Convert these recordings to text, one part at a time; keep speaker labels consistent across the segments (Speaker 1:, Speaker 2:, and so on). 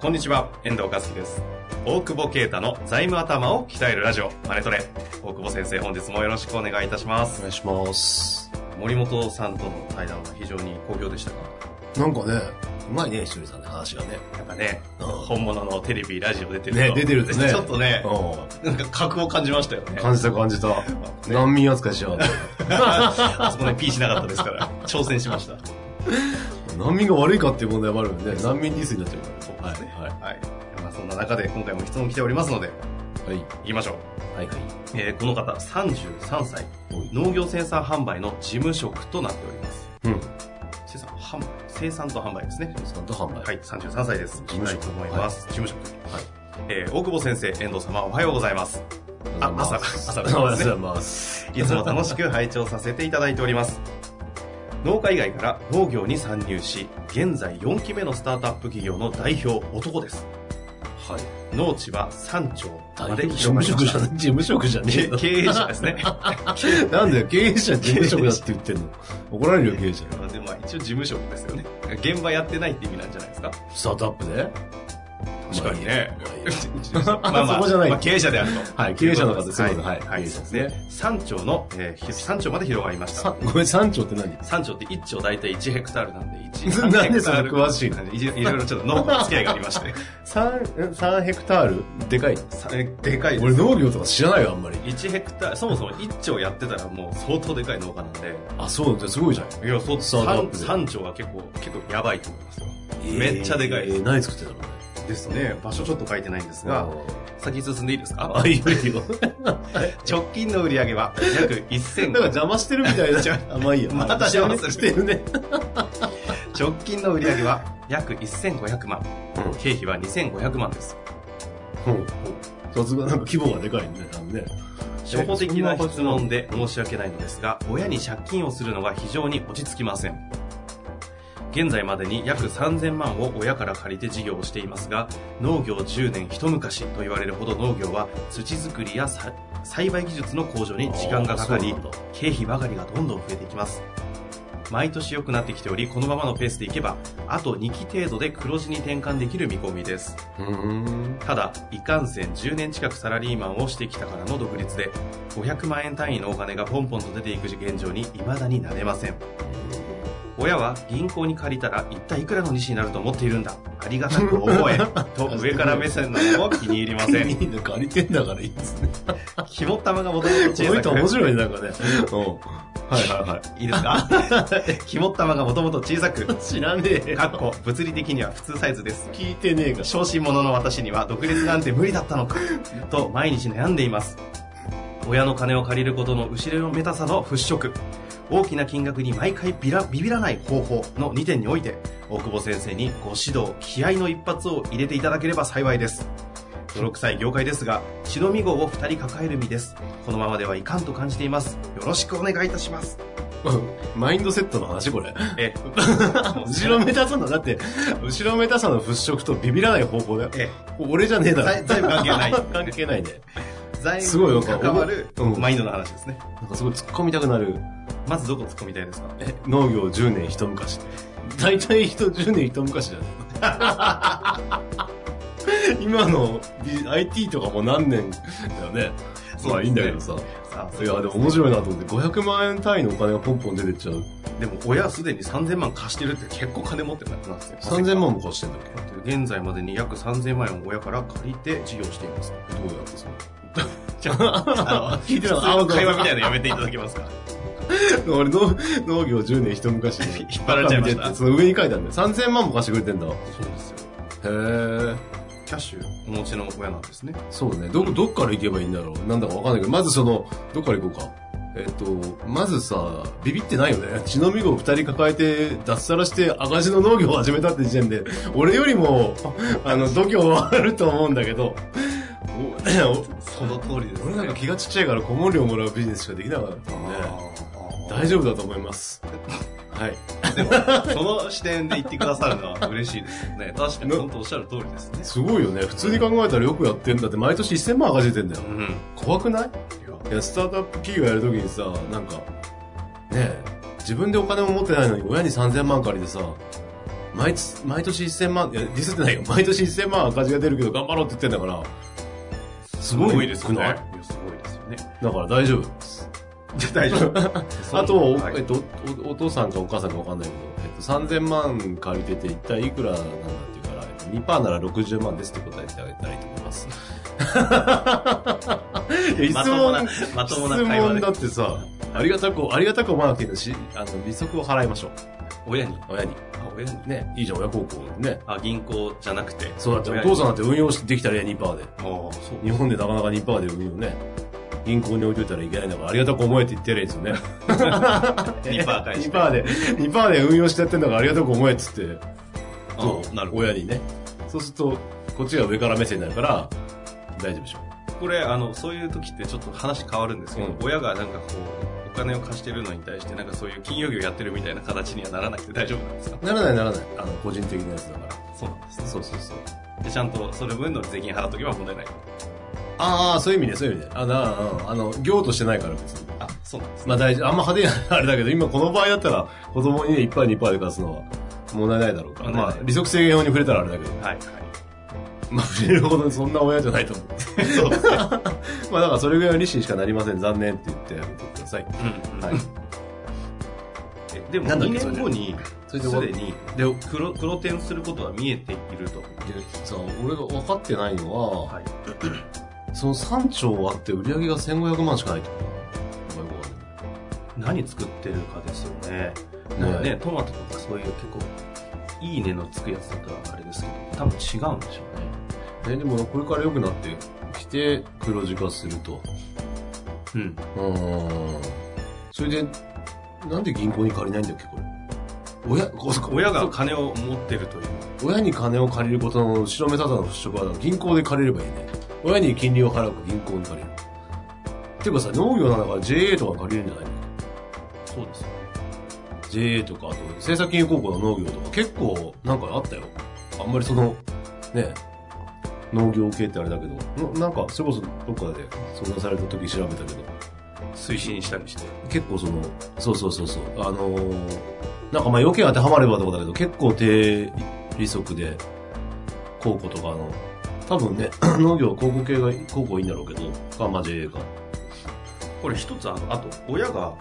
Speaker 1: こんにちは、遠藤和樹です。大久保啓太の財務頭を鍛えるラジオ、マネトレ。大久保先生、本日もよろしくお願いいたしま
Speaker 2: お
Speaker 1: す。
Speaker 2: 願いします
Speaker 1: 森本さんとの対談は非常に好評でしたが、
Speaker 2: なんかねうまいねひとりさんの話がね
Speaker 1: やっぱね、
Speaker 2: うん
Speaker 1: 本物のテレビ、ラジオ出てると
Speaker 2: ね出てると ね
Speaker 1: ちょっとね、
Speaker 2: う
Speaker 1: なんか格を感じましたよね
Speaker 2: ん。感じた感じ た、難民扱いしよう
Speaker 1: あそこでピーしなかったです から、挑戦しました。
Speaker 2: 難民が悪いかっていう問題もあるんでね難民ディスになっちゃうから
Speaker 1: そうですね
Speaker 2: はい
Speaker 1: はい。まあ、そんな中で今回も質問来ておりますので、
Speaker 2: はい
Speaker 1: 行きましょう。
Speaker 2: はいはい
Speaker 1: えーこの方、33歳、
Speaker 2: はい
Speaker 1: 農業生産販売の事務職となっております。
Speaker 2: うん
Speaker 1: 生産、販売、生産と販売ですね。
Speaker 2: ひとりさんと販売
Speaker 1: はい、33歳です。
Speaker 2: 事
Speaker 1: 行き
Speaker 2: 務職
Speaker 1: たいと思います。事務職。
Speaker 2: はい
Speaker 1: えー大久保先生、遠藤様、おはようございます。あ 朝朝
Speaker 2: おはよ
Speaker 1: で
Speaker 2: うご
Speaker 1: すね
Speaker 2: ざいます
Speaker 1: いつも楽しく拝聴させていただいております。農家以外から農業に参入し、現在4期目のスタートアップ企業の代表、男です。
Speaker 2: はい
Speaker 1: 農地は3丁
Speaker 2: 大
Speaker 1: まで
Speaker 2: 事
Speaker 1: 広が
Speaker 2: 務
Speaker 1: りま
Speaker 2: 職じ
Speaker 1: し
Speaker 2: ゃ
Speaker 1: た
Speaker 2: な。い事務職じゃねえ
Speaker 1: け経営者ですね。
Speaker 2: よ なんだよ経営者事務職だって言ってんの怒られるよ経営者
Speaker 1: でまあ一応事務職ですよね。現場やってないって意味なんじゃないですか。
Speaker 2: スタートアップで
Speaker 1: 確かにね
Speaker 2: まあいい。
Speaker 1: まあ
Speaker 2: そこじゃない
Speaker 1: まあ経営者であると。
Speaker 2: はい経営者の方です
Speaker 1: は
Speaker 2: よ
Speaker 1: い。
Speaker 2: ね
Speaker 1: はい。
Speaker 2: はい経営者ですね
Speaker 1: で、三丁の、えーひ三丁まで広がりました
Speaker 2: さ。ごめん3丁って何
Speaker 1: 三丁って一丁大体1ヘクタールなんで、
Speaker 2: なん
Speaker 1: 1
Speaker 2: でそれ詳しいの
Speaker 1: いじいろいろちょっと農家の付き合いがありま して。
Speaker 2: 3, 3ヘクタールでかい
Speaker 1: さえでかいで
Speaker 2: 俺
Speaker 1: す。
Speaker 2: 農業とか知らないよあんまり
Speaker 1: 1ヘクタール、そもそも1丁やってたらもう相当でかい農家なんで、
Speaker 2: あそうじゃあすごいじゃん
Speaker 1: いや、そう、
Speaker 2: スタートアッ
Speaker 1: 三
Speaker 2: プで
Speaker 1: 三丁は結構、結構やばいと思いますよ。めっちゃでかい
Speaker 2: えーえー何作ってたのね
Speaker 1: ですね。場所ちょっと書いてないんですが、先進んでいいですか
Speaker 2: あいいよ いいよ
Speaker 1: 直近の売り上げは約1000
Speaker 2: なんか 邪魔してるみたいなあまあいいや
Speaker 1: また邪魔する
Speaker 2: してるね
Speaker 1: 直近の売り上げは約1500万、
Speaker 2: うん
Speaker 1: 経費は2500万です
Speaker 2: うんさすがなんか規模がでかいねあのね
Speaker 1: 初歩的な質問で申し訳ないのですが親に借金をするのが非常に落ち着きません現在までに約3000万を親から借りて事業をしていますが農業10年一昔と言われるほど農業は土作りやさ栽培技術の向上に時間がかかり
Speaker 2: あーそうなんだ
Speaker 1: 経費ばかりがどんどん増えていきます毎年良くなってきておりこのままのペースでいけばあと2期程度で黒字に転換できる見込みです
Speaker 2: うーん
Speaker 1: ただいかんせん10年近くサラリーマンをしてきたからの独立で500万円単位のお金がポンポンと出ていく現状に未だになれません親は銀行に借りたら一体いくらの利子になると思っているんだありがたく思 えと上から目線なのも気に入りませ
Speaker 2: い
Speaker 1: ん
Speaker 2: いね借りてんだからいいですね
Speaker 1: 肝っ玉がもともと
Speaker 2: こ
Speaker 1: 小
Speaker 2: の
Speaker 1: さ
Speaker 2: 人
Speaker 1: く
Speaker 2: 面白いねなんかねうんはいはい
Speaker 1: いですか肝っ玉がもともと小さく
Speaker 2: い知らねえ
Speaker 1: かっこ物理的には普通サイズです
Speaker 2: 聞いてねえか
Speaker 1: 小心者の私には独立なんて無理だったのかと毎日悩んでいます親の金を借りることの後ろめたさの払拭大きな金額に毎回ビラビビらない方法の2点において大久保先生にご指導気合の一発を入れていただければ幸いです泥臭い業界ですが忍み号を2人抱える身ですこのままではいかんと感じていますよろしくお願いいたします
Speaker 2: マインドセットの話これ
Speaker 1: え
Speaker 2: 後ろめたさの、だって、後ろめたさの払拭とビビらない方法だよ。
Speaker 1: え
Speaker 2: 俺じゃねえだ
Speaker 1: 財
Speaker 2: ろ。
Speaker 1: 財務関係ない
Speaker 2: 関係ないね。
Speaker 1: 財
Speaker 2: すごい
Speaker 1: 務
Speaker 2: よ
Speaker 1: に関わる
Speaker 2: うん
Speaker 1: マインドの話ですね
Speaker 2: なんかすごい突っ込みたくなる。
Speaker 1: まずどこ突っ込みたいですか
Speaker 2: え、農業10年一昔。大体人10年一昔じゃない 今の B- IT とかも何年だよね。ま
Speaker 1: そうですね
Speaker 2: あいいんだけどさ。
Speaker 1: さあ
Speaker 2: いや、でも面白いなと思って、500万円単位のお金がポンポン出てっちゃう。
Speaker 1: でも親はすでに3000万貸してるって結構金持ってるんだなんですよ。
Speaker 2: 3000万も貸してんだっけ
Speaker 1: 現在までに約3000万円を親から借りて事業しています。
Speaker 2: どうやってそれ
Speaker 1: じゃあ、あの、
Speaker 2: 聞いてなかっ
Speaker 1: 普
Speaker 2: た
Speaker 1: 通の会話みたいなのやめていただけます か。
Speaker 2: 俺の農業10年一昔に
Speaker 1: 引っ張られちゃいました
Speaker 2: その上に書いてあるんだよ。3000万も貸してくれてんだ。へ
Speaker 1: そうですよ。
Speaker 2: え。
Speaker 1: キャッシュお持ちの親なんですね。
Speaker 2: そうね。どこ、どっから行けばいいんだろう。なんだかわかんないけど、まずその、どっから行こうか。えっと、まずさ、ビビってないよね。 血のみ子を二人抱えて、脱サラして赤字の農業を始めたって時点で、俺よりも、あの、度胸はあると思うんだけど、 お
Speaker 1: その通りです、
Speaker 2: 俺なんか気がちっちゃいから顧問料もらうビジネスしかできなかったんで、大丈夫だと思います。はい。
Speaker 1: でも、その視点で言ってくださるのは嬉しいですよね。確かに、本当おっしゃる通りですね。
Speaker 2: すごいよね。普通に考えたらよくやってんだって、毎年1000万赤字出てんだよ。
Speaker 1: うん。
Speaker 2: 怖くないいや、スタートアップ企業やるときにさ、なんか、ねえ、自分でお金も持ってないのに親に3000万借りてさ、毎つ毎年1000万、いや、ディスってないよ。 毎年1000万赤字が出るけど頑張ろうって言ってんだから、すごい
Speaker 1: ですね。い
Speaker 2: 少ない
Speaker 1: やすごいですよね。
Speaker 2: だから大丈夫です。
Speaker 1: じゃあ 大丈夫。
Speaker 2: あと、
Speaker 1: はい
Speaker 2: えっとお、おお父さんかお母さんかわかんないけど、えっと、3000万借りてて一体いくらなんだっていうから、えっと2%なら60万ですって答えてあげたらいいと思い ます。いや
Speaker 1: まともな、まともな会話
Speaker 2: 質問
Speaker 1: で
Speaker 2: だ。ってさ、ありがたく、ありがたく思わなくていいのし、あの、利息を払いましょう。
Speaker 1: 親に。
Speaker 2: 親に。
Speaker 1: あ、親に。
Speaker 2: ね。いいじゃん、親孝行。ね。
Speaker 1: あ、銀行じゃなくて。
Speaker 2: そうだって、お
Speaker 1: 親に
Speaker 2: 父さんだって運用してできたら2%で。
Speaker 1: ああ、そう。
Speaker 2: 日本でなかなか2%で運用ね。銀行に置いといたらいけないんだから、ありがたく思えって言ってやれですよね。
Speaker 1: リパー返 して。
Speaker 2: 2%で、2%で運用してやってんだから、ありがたく思えって言って、
Speaker 1: あ
Speaker 2: そう
Speaker 1: なるほど。
Speaker 2: 親にね。そうすると、こっちが上から目線になるから、大丈夫でしょ
Speaker 1: これ、あの、そういう時ってちょっと話変わるんですけど、
Speaker 2: うん
Speaker 1: 親がなんかこう、お金を貸してるのに対して、なんかそういう金融業やってるみたいな形にはならなくて大丈夫なんですか
Speaker 2: う。ならないならない。あの、個人的なやつだから。
Speaker 1: そうなんです。
Speaker 2: そうそうそう。
Speaker 1: で、ちゃんとそれ分の税金払っとけば問題ない。
Speaker 2: ああ、そういう意味ね、そういう意味ね。あ、なあ、あの、業としてないから別に。
Speaker 1: あ、そうなんですね。
Speaker 2: まあ大事、あんま派手や あれだけど、今この場合だったら、子供にね、1杯2杯で貸すのは問題ないだろうから。
Speaker 1: 問題
Speaker 2: ま
Speaker 1: ない
Speaker 2: あ、利息制限法に触れたらあれだけど、
Speaker 1: はい、はい。
Speaker 2: まあ、触れるほどそんな親じゃないと思う。
Speaker 1: そうですね。
Speaker 2: まあ、だからそれぐらいの利子にしかなりません。残念って言ってあげてください。
Speaker 1: うん、
Speaker 2: はい。
Speaker 1: えでも
Speaker 2: なんだっ
Speaker 1: 2
Speaker 2: け
Speaker 1: 年後にす
Speaker 2: それでそれ
Speaker 1: で
Speaker 2: で
Speaker 1: に
Speaker 2: で、で
Speaker 1: 黒黒点することは見えていると、
Speaker 2: さ、俺が分かってないのは、
Speaker 1: はい
Speaker 2: その3兆あって売り上げが1500万しかないってことお前ご
Speaker 1: 何作ってるかですよね
Speaker 2: めん
Speaker 1: なんか
Speaker 2: ね
Speaker 1: ねトマトとかそういう結構いいねのつくやつだったらあれですけど多分違うんでしょうね
Speaker 2: ねでもこれから良くなってきて黒字化すると。
Speaker 1: うん
Speaker 2: うーんそれで、なんで銀行に借りないんだっけ、これ。親、こそ
Speaker 1: 親
Speaker 2: そ
Speaker 1: が
Speaker 2: う
Speaker 1: 金を持ってるという
Speaker 2: 親に金を借りることの後ろめたさの払拭は、銀行で借りればいいね。親に金利を払うか銀行に借りる。てかさ、農業なんだから JA とか借りるんじゃないの
Speaker 1: そうですよね
Speaker 2: ?JA とか、あと、政策金融高校の農業とか、結構、なんかあったよ。あんまりその、ね、農業系ってあれだけど、ななんか、それこそどっかで相談された時調べたけど、
Speaker 1: 推進したりして
Speaker 2: 結構その、そうそうそうそう、あのーなんかまあ余計当てはまればとかだけど、結構低利息で、高校とかあの、多分ね、 農業、高校系が、高校いいんだろうけど、か、まあ JA か。
Speaker 1: これ一つあのあと親が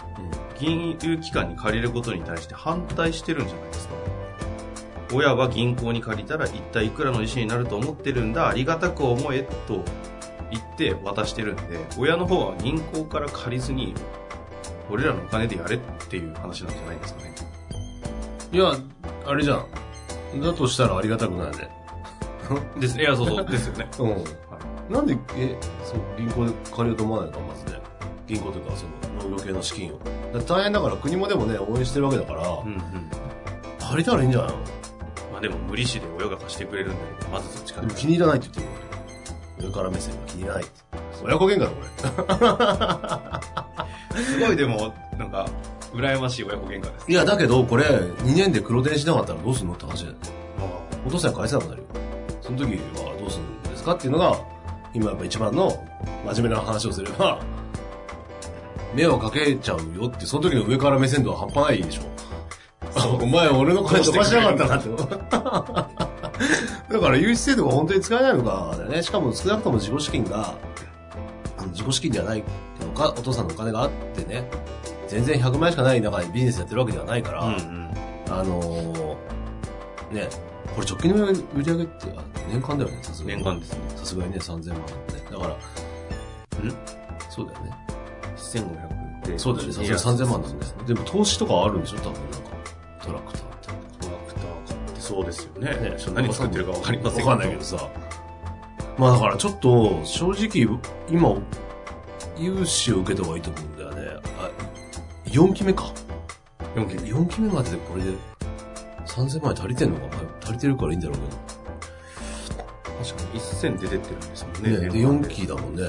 Speaker 1: 金融機関に借りることに対して反対してるんじゃないですか親は銀行に借りたら一体いくらの利子になると思ってるんだありがたく思えと言って渡してるんで親の方は銀行から借りずに俺らのお金でやれっていう話なんじゃないですかね
Speaker 2: いや、あれじゃん。だとしたらありがたくないね。
Speaker 1: ですいやそう そうですよね
Speaker 2: うん。なんで、え、そう、銀行で借りようと思わないのか、まずね。銀行というか、その農業系の資金を。だって大変だから、国もでもね、応援してるわけだから、
Speaker 1: うんうん
Speaker 2: 借りたらいいんじゃないの
Speaker 1: まあでも無利子で親が貸してくれるんでまずそっちか
Speaker 2: で
Speaker 1: ら
Speaker 2: も気に入らないって言ってる。上から目線が気に入らないって。親子喧嘩だ、これ。
Speaker 1: すごいでもなんか羨ましい親子喧嘩です
Speaker 2: いや、だけど、これ、2年で黒電しなかったらどうすんのって話だよ。
Speaker 1: あ
Speaker 2: お父さん返せなくなるよ。その時はどうするんですかっていうのが、今やっぱ一番の真面目な話をすれば、迷惑かけちゃうよって、その時の上から目線度は半端ないでしょ。お前、俺の声飛ばしなかったなって。だから、融資制度が本当に使えないのか、だよね。しかも少なくとも自己資金が、あの自己資金ではないのか、お父さんのお金があってね、全然100万円しかない中でビジネスやってるわけではないから、
Speaker 1: あうん
Speaker 2: あのー、ね、これ直近の売り上げって、あ年間だよね、さす
Speaker 1: うん
Speaker 2: がに。
Speaker 1: 年間ですね
Speaker 2: さすがにね、3000万だね。だから、んそうだよね。
Speaker 1: 1500で
Speaker 2: そうだよね、さすがに3000万なんですね。でも投資とかあるんでしょ多分なんか、トラクターって。
Speaker 1: トラクター買ってそうですよね。
Speaker 2: ね
Speaker 1: ちょっと何作ってるか分かりません
Speaker 2: わかんないけどさ。まあだからちょっと、正直、今、融資を受けた方がいいと思うんだよね。あ4期目か。
Speaker 1: 4期
Speaker 2: 4期目まででこれで3000万円足りてんのかな足りてるからいいんだろう
Speaker 1: 確かに1000出てってるんですもん
Speaker 2: け
Speaker 1: ね
Speaker 2: ど。ねで、
Speaker 1: 年間
Speaker 2: 4期だもんね。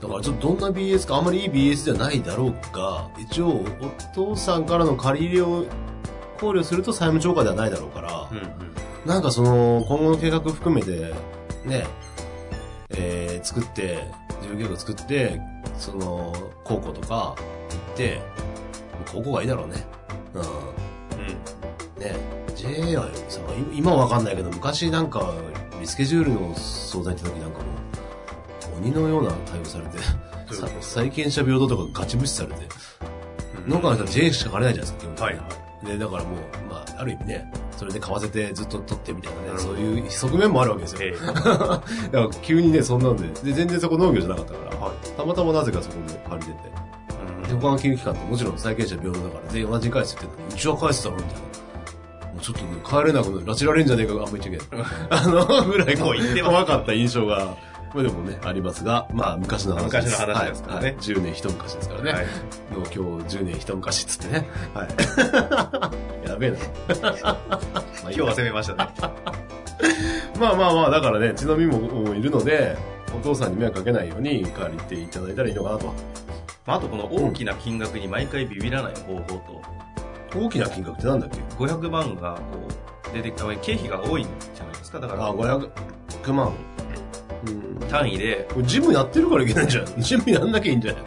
Speaker 2: だからちょっとどんな BS か、あんまりいい BS じゃないだろうが、一応お父さんからの借り入れを考慮すると債務超過ではないだろうから、
Speaker 1: うんうん
Speaker 2: なんかその、今後の計画含めて、ね、えー、作って、事業計画作って、その、高校とか行って、高校がいいだろうね。うん。ね、JA はさ、い今はわかんないけど、昔なんか、リスケジュールの相談行った時なんかもう、鬼のような対応されて、
Speaker 1: そう
Speaker 2: さ債権者平等とかガチ無視されて、
Speaker 1: うん。
Speaker 2: 農家の人は JA しか借りないじゃないですか、基本的に
Speaker 1: はいはい。
Speaker 2: で、だからもう、まあ、ある意味ね、それで買わせてずっと取ってみたい
Speaker 1: な
Speaker 2: な
Speaker 1: る
Speaker 2: ね、
Speaker 1: ほ
Speaker 2: そ
Speaker 1: ど
Speaker 2: ういう側面もあるわけですよ。
Speaker 1: え
Speaker 2: だから急にね、そんなんで、で、全然そこ農業じゃなかったから、
Speaker 1: は
Speaker 2: たまたまなぜかそこで借りてて。
Speaker 1: え
Speaker 2: で、他の金融機関ってもちろん債権者平等だから、全員同じ返すって言ってたのにうちは返すだろみたいな。もうちょっとね、帰れなくなる、拉致られんじゃねえかがあんま言っちゃいけない。あの、 ぐら い
Speaker 1: もう言ってます
Speaker 2: 怖かった印象が、まあでもね、ありますが、まあ昔の話です。
Speaker 1: 昔の話ですからね
Speaker 2: はいはい10年一昔ですからね。
Speaker 1: はい
Speaker 2: もう今日10年一昔っつってね。はい。や べえな。
Speaker 1: 今日は攻めましたね。
Speaker 2: まあまあまあ、だからね、血のみももいるので、お父さんに迷惑かけないように借りていただいたらいいのかなと。
Speaker 1: まああとこの大きな金額に毎回ビビらない方法と、
Speaker 2: 大きな金額ってなんだっけ
Speaker 1: 500万がこう出てきた経費が多いんじゃないですか。だから
Speaker 2: あ、500万。うん。
Speaker 1: 単位で、
Speaker 2: これジムやってるからいけないんじゃん。ジ ムやんなきゃいいんじゃない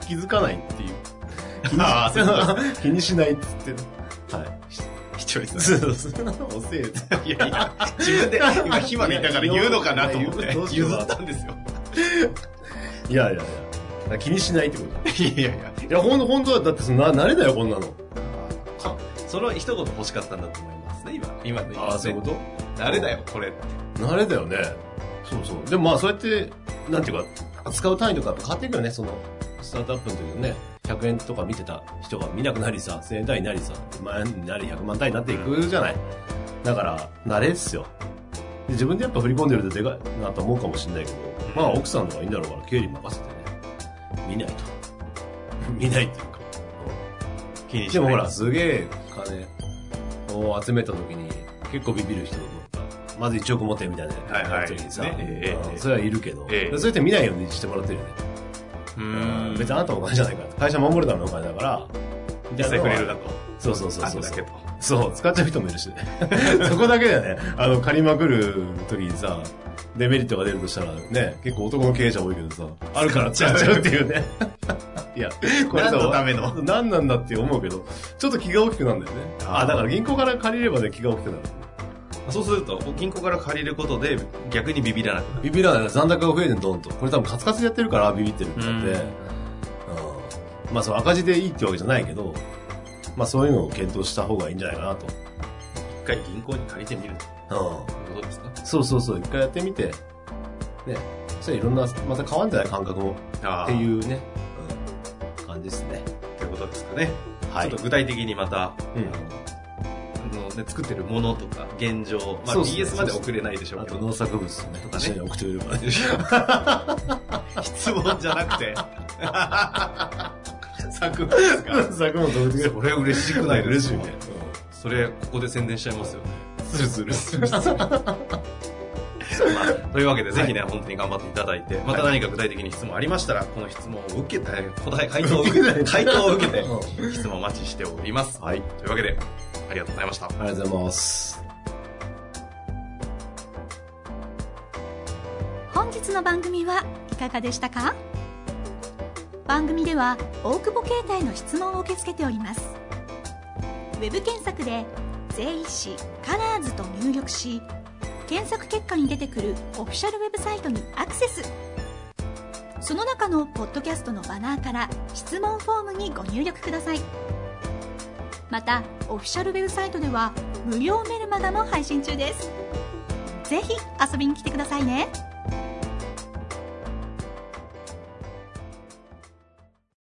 Speaker 2: 気づかないっていう。
Speaker 1: ああ、そういうこと
Speaker 2: 気にしないっつって。はい。
Speaker 1: 一人ですね
Speaker 2: そうそう。 おせえって。
Speaker 1: いやいや、自分で今、火までいたから言うのかなと思っ
Speaker 2: い
Speaker 1: て
Speaker 2: やどう、しよう
Speaker 1: 譲ったんですよ。
Speaker 2: いやいやいや。気にしないってことだ。
Speaker 1: いやいや
Speaker 2: いや、ほんと、ほんとだ。だってその、な、慣れだよ、こんなの。
Speaker 1: そその一言欲しかったんだと思いますね、今。今ね。
Speaker 2: と
Speaker 1: と。あれだよ、これって。
Speaker 2: 慣れだよね。そうそう。でもまあ、そうやって、なんていうか、使う単位とかやっぱ変わっていくよね、その、スタートアップの時のね、100円とか見てた人が見なくなりさ、1000円単位になりさ、万円になり100万単位になっていくじゃない。だから、慣れっすよ。で自分でやっぱ振り込んでるとでかいなと思うかもしれないけど、まあ、奥さんの方がいいんだろうから、経理任せてね、見ないと。 見ないっていうか。
Speaker 1: 気にし
Speaker 2: で
Speaker 1: ない
Speaker 2: もほら、、すげえ金を集めた時に、結構ビビる人がった。まず1億持ってみたいな。
Speaker 1: はいはい
Speaker 2: 時にさ、
Speaker 1: ねええ
Speaker 2: う
Speaker 1: ええ
Speaker 2: んそれはいるけど、
Speaker 1: ええ
Speaker 2: そうやって見ないようにしてもらってるよね。
Speaker 1: う
Speaker 2: うん
Speaker 1: ん。
Speaker 2: 別にあなたのお金じゃないから。会社守るためのお金だから。
Speaker 1: 実際くれるだと。
Speaker 2: そうそうそう
Speaker 1: あ
Speaker 2: そ
Speaker 1: と
Speaker 2: う
Speaker 1: だ
Speaker 2: そ
Speaker 1: け
Speaker 2: う。
Speaker 1: と。
Speaker 2: そう、使っちゃう人もい るしね。そこだけだよね。あの、借りまくる時にさ、デメリットが出るとしたらね、結構男の経営者多いけどさ、あるから使っちゃうっていうね。 いや、これさ
Speaker 1: 何のための
Speaker 2: 何なんだって思うけど、ちょっと気が大きくなるんだよね。あ、だから銀行から借りればね、気が大きくなる。
Speaker 1: そうすると、銀行から借りることで、逆にビビらなくなる。
Speaker 2: ビビらない残高が増えてんどんと。これ多分カツカツでやってるからビビってるんだって。
Speaker 1: うん
Speaker 2: うんまあその赤字でいいってわけじゃないけど、まあそういうのを検討した方がいいんじゃないかなと。
Speaker 1: 一回銀行に借りてみると
Speaker 2: う
Speaker 1: いうことですか
Speaker 2: ん。そうそうそう、一回やってみて、ね、そしたらいろんな、また変わんじゃない感覚も。
Speaker 1: あ
Speaker 2: っ
Speaker 1: あ
Speaker 2: て
Speaker 1: とい
Speaker 2: いうね、うん、感じですね。
Speaker 1: うことですかね。
Speaker 2: は
Speaker 1: ち
Speaker 2: い
Speaker 1: ょっ。と具体的にまた、
Speaker 2: うん
Speaker 1: あのね、作ってるものとか、現状、まあ
Speaker 2: そうですね
Speaker 1: BS まで送れないでしょ
Speaker 2: あ
Speaker 1: うけ
Speaker 2: と
Speaker 1: ど。
Speaker 2: 農作物ね、
Speaker 1: とかね
Speaker 2: 一緒に送ってくれ れば ね。
Speaker 1: 質問じゃなく て。作文ですか
Speaker 2: 作物送ってくれれば。
Speaker 1: それ嬉しくないで
Speaker 2: 嬉
Speaker 1: す
Speaker 2: しい
Speaker 1: か
Speaker 2: ね。
Speaker 1: それ、ここで宣伝しちゃいますよね。
Speaker 2: するするする。
Speaker 1: まあ、 というわけで、ぜひね、本当に頑張っていただいて、また何か具体的に質問ありましたら、この質問を受けて、答え、回答を受けて、回答を受けて、質問お待ちしております。
Speaker 2: はい。
Speaker 1: というわけで、ありがとうございました。
Speaker 2: ありがとうございます。
Speaker 3: 本日の番組はいかがでしたか番組では大久保携帯の質問を受け付けておりますウェブ検索で「税理士カラーズと入力し検索結果に出てくるオフィシャルウェブサイトにアクセスその中のポッドキャストのバナーから質問フォームにご入力くださいまたオフィシャルウェブサイトでは無料メルマガも配信中ですぜひ遊びに来てくださいね